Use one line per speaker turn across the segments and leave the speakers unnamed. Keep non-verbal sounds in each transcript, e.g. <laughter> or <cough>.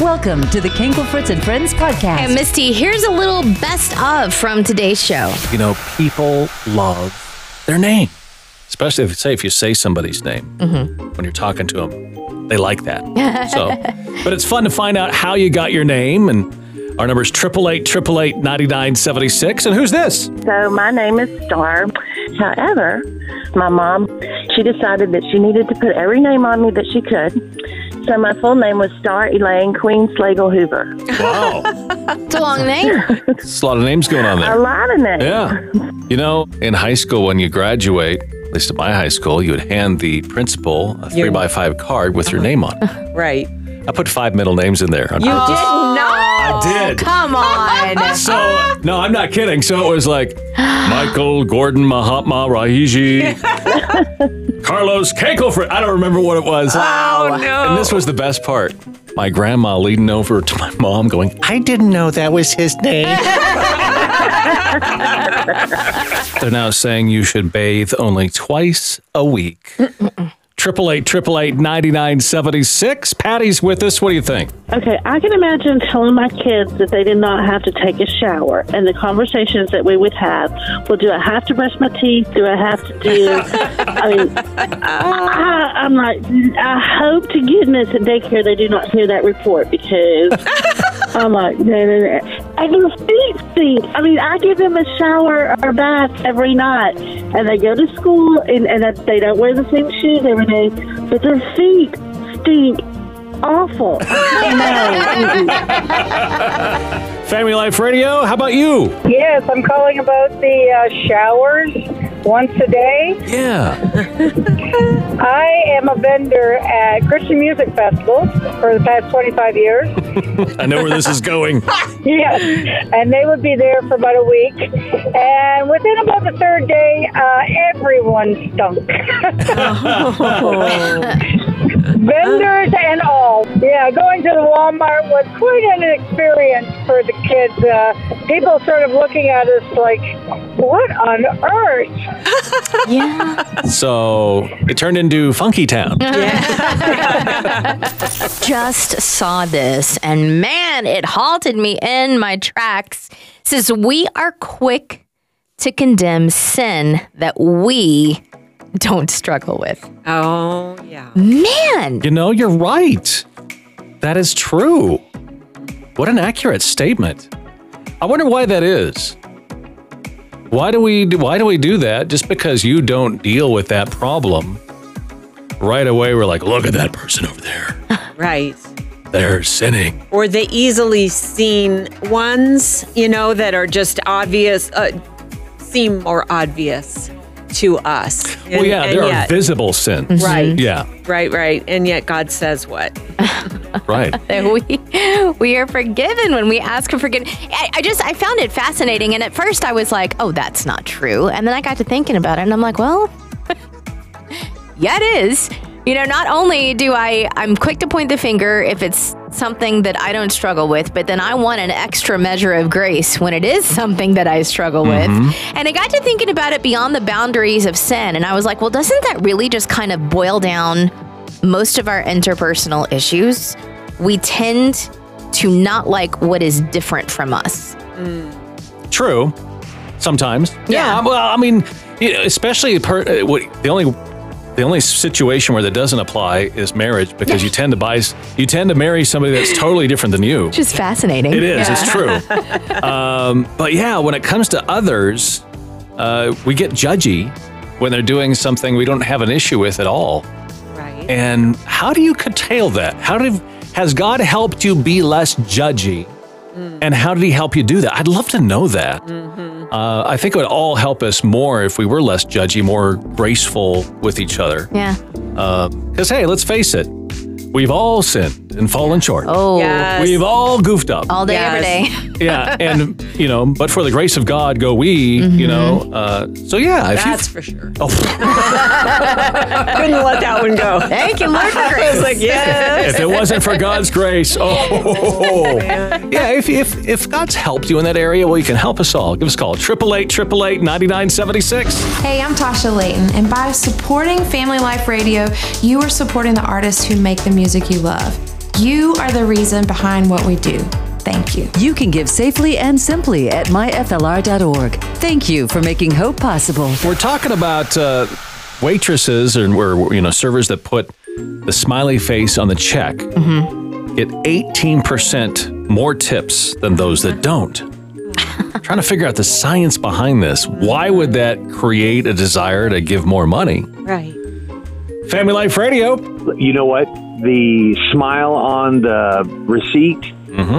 Welcome to the Kinkle Fritz and Friends podcast.
And Misty, here's a little best of from today's show.
You know, people love their name, especially if say if you say somebody's name when you're talking to them, they like that. so, but it's fun to find out how you got your name, and our number is triple eight triple eight ninety nine seventy six. And who's this?
So my name is Star. However, my mom, she decided that she needed to put every name on me that she could. So my full name was Star Elaine Queen Slagle Hoover. <laughs>
Wow,
<laughs> It's a long name.
it's a lot of names going on
A
<laughs>
there.
lot of names.
Yeah. You know, in high school, when you graduate, at least at my high school, you would hand the principal a three by five card with your name on it.
Uh-huh. <laughs> Right.
I put five middle names in there. on
You
purpose.
did
I did.
Come on.
<laughs> So no, I'm not kidding. So it was
<gasps>
like Michael Gordon Mahatma
<laughs>
Rahiji, Carlos Kankelford. I don't remember what it was.
not. Oh, no.
And this was the best part. My grandma leading over to my mom, going, "I didn't know that was his
<laughs>
name." They're now saying you should bathe only twice a week. Triple eight, triple eight, ninety nine seventy six. Patty's with us. What do you think?
Okay, I can imagine telling my kids that they did not have to take a shower, and the conversations that we would have. Well, do I have to brush my teeth? Do I have to do? I mean, I, I'm like, I hope to goodness at daycare they do not hear that report because I'm like, no, no, no. And their feet stink. I mean, I give them a shower or a bath every night, and they go to school and, and they don't wear the same shoes every day, but their feet stink awful.
Family Life Radio. How about you?
Yes, I'm calling about the uh, showers once a day.
Yeah.
<laughs> I am a vendor at Christian Music Festival for the past 25 years.
I know where this is going.
<laughs> yes, and they would be there for about a week. And within about the third day, uh, everyone stunk. Vendors and all. Yeah, going to the Walmart was quite an experience for the kids. Uh, people sort of looking at us like, what on earth?
So it turned into Funky Town.
Just saw this, and man, it halted me in my tracks. It says, We are quick to condemn sin that we don't struggle with.
Oh, yeah.
Man,
You know, you're right. That is true. What an accurate statement. I wonder why that is. Why do we do, why do we do that? Just because you don't deal with that problem right away we're like, look at that person over there.
Right.
They're sinning.
Or the easily seen ones, you know, that are just obvious, uh, seem more obvious to us. And,
well, yeah,
and
there are
yet,
visible sins.
Right.
Yeah,
Right, right. And yet God says what? <laughs>
right.
that we <laughs> we are forgiven when we ask for forgiveness. I, I just I found it fascinating, and at first I was like, "Oh, that's not true," and then I got to thinking about it, and I'm like, "Well, yeah, it is." You know, not only do I I'm quick to point the finger if it's something that I don't struggle with, but then I want an extra measure of grace when it is something that I struggle with.
Mm-hmm.
And I got to thinking about it beyond the boundaries of sin, and I was like, "Well, doesn't that really just kind of boil down?" most of our interpersonal issues, we tend to not like what is different from us.
True. Sometimes. Yeah. well, I mean, you know, especially per, uh, what the only the only situation where that doesn't apply is marriage because you tend to buy s- you tend to marry somebody that's totally different than you.
Which is fascinating.
It is. It's true. <laughs> um, but yeah, when it comes to others, uh, we get judgy when they're doing something we don't have an issue with at all.
Right.
And how do you curtail that? How did has God helped you be less judgy?
Mm.
And how did He help you do that? I'd love to know that.
Mm-hmm.
Uh, I think it would all help us more if we were less judgy, more graceful with each other.
Yeah.
Because hey, let's face it, we've all sinned and fallen short.
Oh,
Yes.
We've all goofed up.
all day,
Yes.
every day.
<laughs>
yeah, and you know, but for the grace of God, go we. You know, uh, so yeah. If
Mm-hmm. That's
you,
for sure.
oh,
Couldn't let that one go. <laughs>
Thank you, Lord, for
I was
<laughs>
grace.
like, yes.
if it wasn't for God's grace,
<laughs>
oh, yeah. If, if if God's helped you in that area, well, you can help us all. Give us a call, triple eight, triple eight, ninety nine seventy six.
Hey, I'm Tasha Layton, and by supporting Family Life Radio, you are supporting the artists who make the music you love. You are the reason behind what we do. Thank you.
You can give safely and simply at myflr.org. Thank you for making hope possible.
We're talking about uh, waitresses and we're you know servers that put the smiley face on the check
Mm-hmm.
get eighteen percent more tips than those that
<laughs>
don't. Trying to figure out the science behind this. Why would that create a desire to give more money?
Right.
Family Life Radio.
you know what? Uh, The smile on the receipt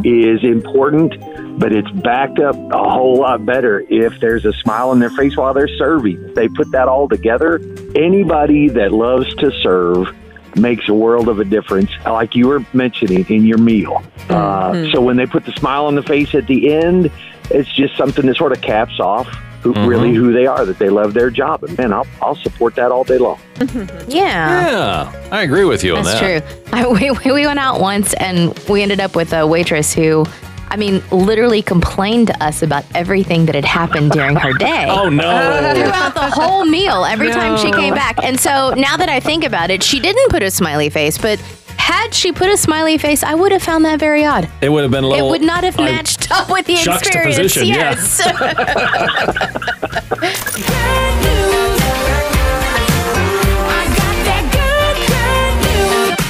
is important, but it's backed up a whole lot better if there's a smile on their face while they're serving. If they put that all together, anybody that loves to serve makes a world of a difference, like you were mentioning in your meal. Uh, so when they put the smile on the face at the end, it's just something that sort of caps off. Who, Really, who they are, that they love their job. And man, I'll, I'll support that all day long.
<laughs> Yeah.
Yeah, I agree with you on
That's
that.
true. I, <laughs> we, we we went out once and we ended up with a waitress who, I mean, literally complained to us about everything that had happened during her day.
<laughs> Oh no.
Throughout the whole meal, every time she came back. And so now that I think about it, she didn't put a smiley face, but had she put a smiley face, I would have found that very odd. <laughs>
It would have been a little.
it would not have
I-
matched up with the experience.
juxtaposition, yeah.
Yes.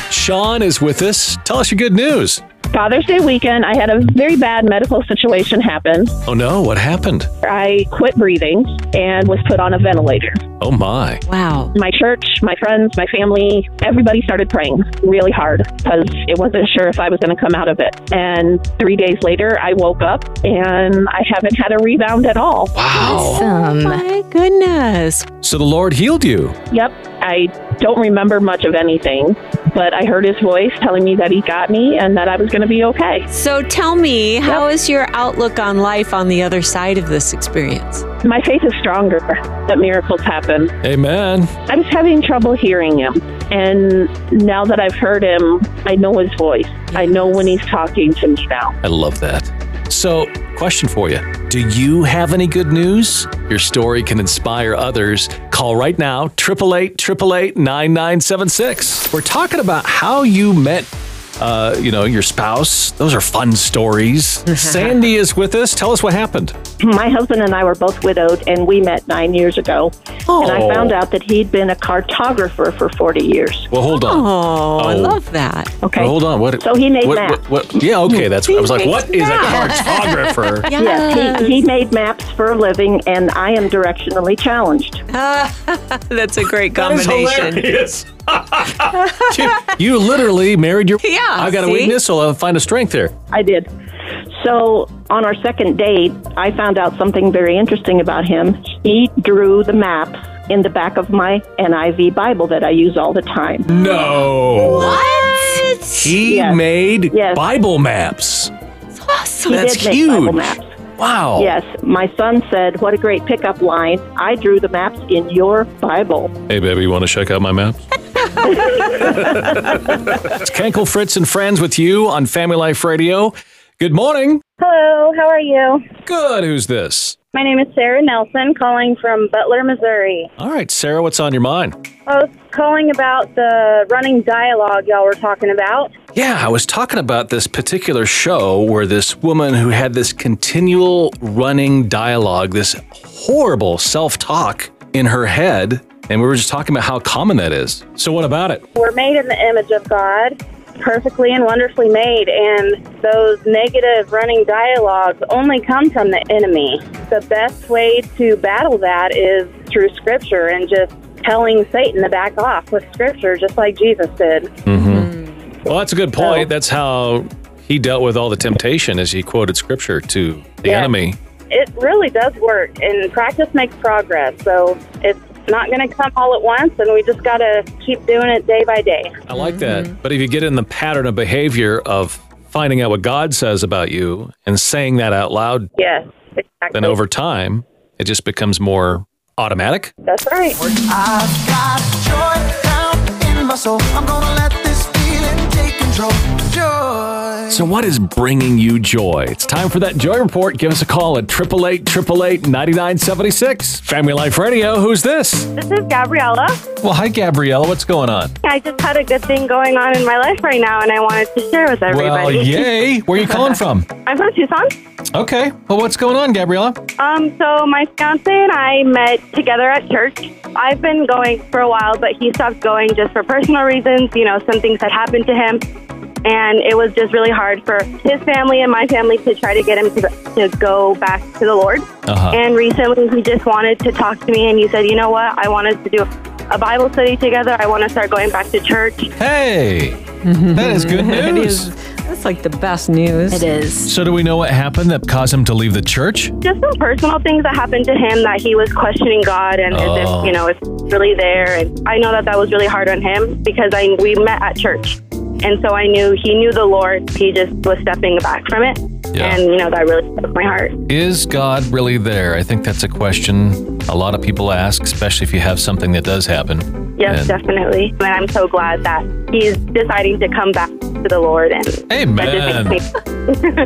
Sean is with us. Tell us your good news.
Father's Day weekend, I had a very bad medical situation happen.
Oh no, what happened?
I quit breathing and was put on a ventilator.
Oh my.
Wow.
My church, my friends, my family, everybody started praying really hard because it wasn't sure if I was going to come out of it. And three days later, I woke up and I haven't had a rebound at all.
Oh.
Oh
Awesome.
My goodness.
So the Lord healed you.
Yep. I don't remember much of anything, but I heard his voice telling me that he got me and that I was going to be okay.
So tell me, how is your outlook on life on the other side of this experience?
My faith is stronger that miracles happen.
Amen.
I was having trouble hearing him. And now that I've heard him, I know his voice. I know when he's talking to me now.
I love that. So, question for you Do you have any good news? Your story can inspire others. Call right now, 888 888 9976. We're talking about how you met. Uh, you know, your spouse. Those are fun
<laughs>
stories. Sandy is with us. Tell us what happened.
My husband and I were both widowed, and we met nine years ago. And I
Oh.
found out that he'd been a cartographer for 40 years.
Well, hold on.
Oh, I
Oh.
love that.
Okay.
Well, hold on. What?
So he made
what,
maps.
What, what- yeah. Okay. That's. what I was like, what is a
<laughs>
cartographer?
Yes, he, he made maps for a living, and I am directionally
<laughs>
challenged.
<laughs> That's a great
That is
combination.
hilarious. you, you literally married your.
<laughs> Yeah,
I got a
see?
weakness, so I'll find a strength there.
I did. So on our second date, I found out something very interesting about him. He drew the maps in the back of my NIV Bible that I use all the time.
No.
What?
He
Yes.
made
Yes.
Bible maps.
Awesome.
He
That's
did make Bible
huge.
maps.
Wow.
Yes, my son said, "What a great pickup line! I drew the maps in your
<laughs>
Bible."
Hey, baby, you want to check out my maps? it's Kenkel Fritz and friends with you on Family Life Radio. Good morning.
Hello, how are you?
Good. Who's this?
My name is Sarah Nelson, calling from Butler, Missouri.
All right, Sarah, what's on your mind?
I was calling about the running dialogue y'all were talking about.
Yeah, I was talking about this particular show where this woman who had this continual running dialogue, this horrible self talk in her head. And we were just talking about how common that is. So, what about it?
We're made in the image of God, perfectly and wonderfully made, and those negative running dialogues only come from the enemy. The best way to battle that is through Scripture and just telling Satan to back off with Scripture, just like Jesus did.
Well, that's a good point. That's how he dealt with all the temptation, as he quoted scripture to the
Yeah.
enemy.
it really does work and practice makes progress so it's not going to come all at once and we just got to keep doing it day by day
I like
Mm-hmm.
that. But if you get in the pattern of behavior of finding out what God says about you and saying that out loud,
yes exactly
then over time, it just becomes more automatic.
that's right
I've got joy down in my soul. I'm gonna let this feeling take control.
So, what is bringing you joy? It's time for that joy report. Give us a call at 888 888 9976. Family Life Radio. Who's this?
This is Gabriella.
Well, hi, Gabriella. What's going on?
I just had a good thing going on in my life right now, and I wanted to share with
Well,
everybody.
yay. Where are
<laughs>
you calling from?
I'm from Tucson.
Okay. Well, what's going on, Gabriella?
Um, so my fiance and I met together at church. I've been going for a while, but he stopped going just for personal reasons. You know, some things had happened to him, and it was just really hard for his family and my family to try to get him to, to go back to the Lord.
Uh-huh.
And recently, he just wanted to talk to me, and he said, "You know what? I want us to do a Bible study together. I want to start going back to church."
<laughs>
Hey, that is good
It
news.
is. That's like the best news. It is.
So, do we know what happened that caused him to leave the church?
Just some personal things that happened to him that he was questioning God and as
Oh.
if, you know, it's really there. And I know that that was really hard on him because I we met at church. And so I knew he knew the Lord. He just was stepping back from it.
Yeah.
And, you know, that really broke my heart.
Is God really there? I think that's a question a lot of people ask, especially if you have something that does happen.
Yes,
And-
definitely. And I'm so glad that he's deciding to come back to the Lord. And
Amen.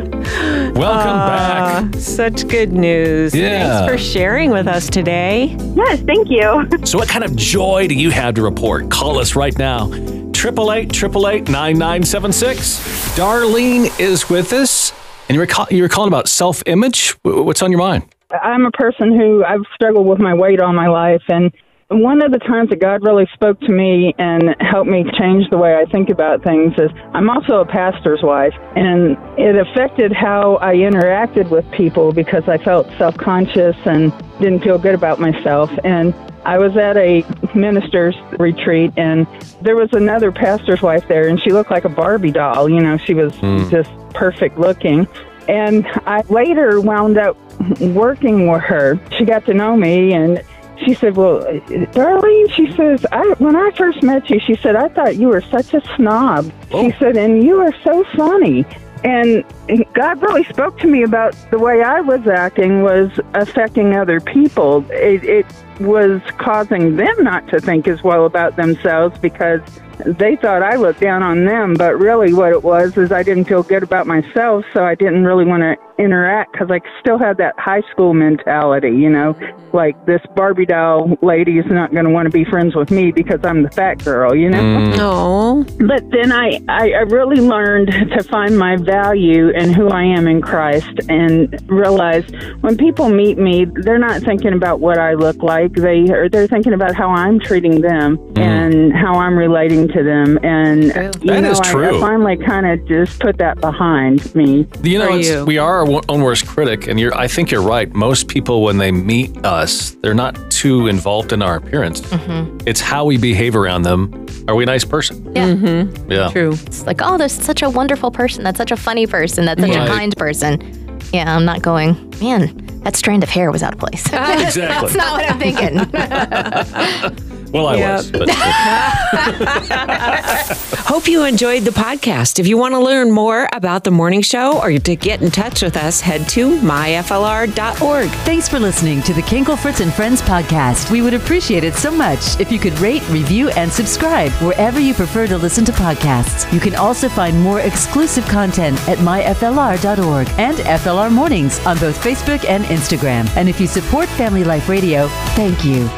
Welcome
back. Ah, Such good news.
Yeah.
Thanks for sharing with us today.
Yes, thank you.
So, what kind of joy do you have to report? Call us right now. 888 888 9976. Darlene is with us. And you were, call- you were calling about self image? What's on your mind?
I'm a person who I've struggled with my weight all my life, and one of the times that God really spoke to me and helped me change the way I think about things is I'm also a pastor's wife, and it affected how I interacted with people because I felt self conscious and didn't feel good about myself. And I was at a minister's retreat, and there was another pastor's wife there, and she looked like a Barbie doll. You know, she was
Mm.
just perfect looking. And I later wound up working with her. She got to know me and she said, Well, Darlene, she says, I, when I first met you, she said, I thought you were such a snob. She said, And you are so funny. And God really spoke to me about the way I was acting was affecting other people. It, it was causing them not to think as well about themselves because they thought I looked down on them, but really what it was is I didn't feel good about myself, so I didn't really want to interact because I still had that high school mentality, you know, like this Barbie doll lady is not going to want to be friends with me because I'm the fat girl, you know?
Mm.
No. But then I, I, I really learned to find my value and who I am in Christ and realize when people meet me, they're not thinking about what I look like. They are they're thinking about how I'm treating them and how I'm relating to them. And you
That
know,
is
I- I,
Mm-hmm. true.
finally kind of just put that behind me.
You know, it's, we are our wo- own worst critic, and you're, I think you're right. Most people, when they meet us, they're not too involved in our appearance. It's how we behave around them. Are we a nice person?
Yeah.
Yeah.
True.
It's like, oh, there's such a wonderful person. That's such a funny person. That's such
Right.
a kind person. Yeah, I'm not going, man, that strand of hair was out of place. <laughs>
Exactly.
<laughs> That's not what I'm thinking.
<laughs> Well, I
Yep.
was. But,
<laughs> Hope you enjoyed the podcast. If you want to learn more about the morning show or to get in touch with us, head to myflr.org.
Thanks for listening to the Kinkle Fritz and Friends podcast. We would appreciate it so much if you could rate, review, and subscribe wherever you prefer to listen to podcasts. You can also find more exclusive content at myflr.org and FLR Mornings on both Facebook and Instagram. And if you support Family Life Radio, thank you.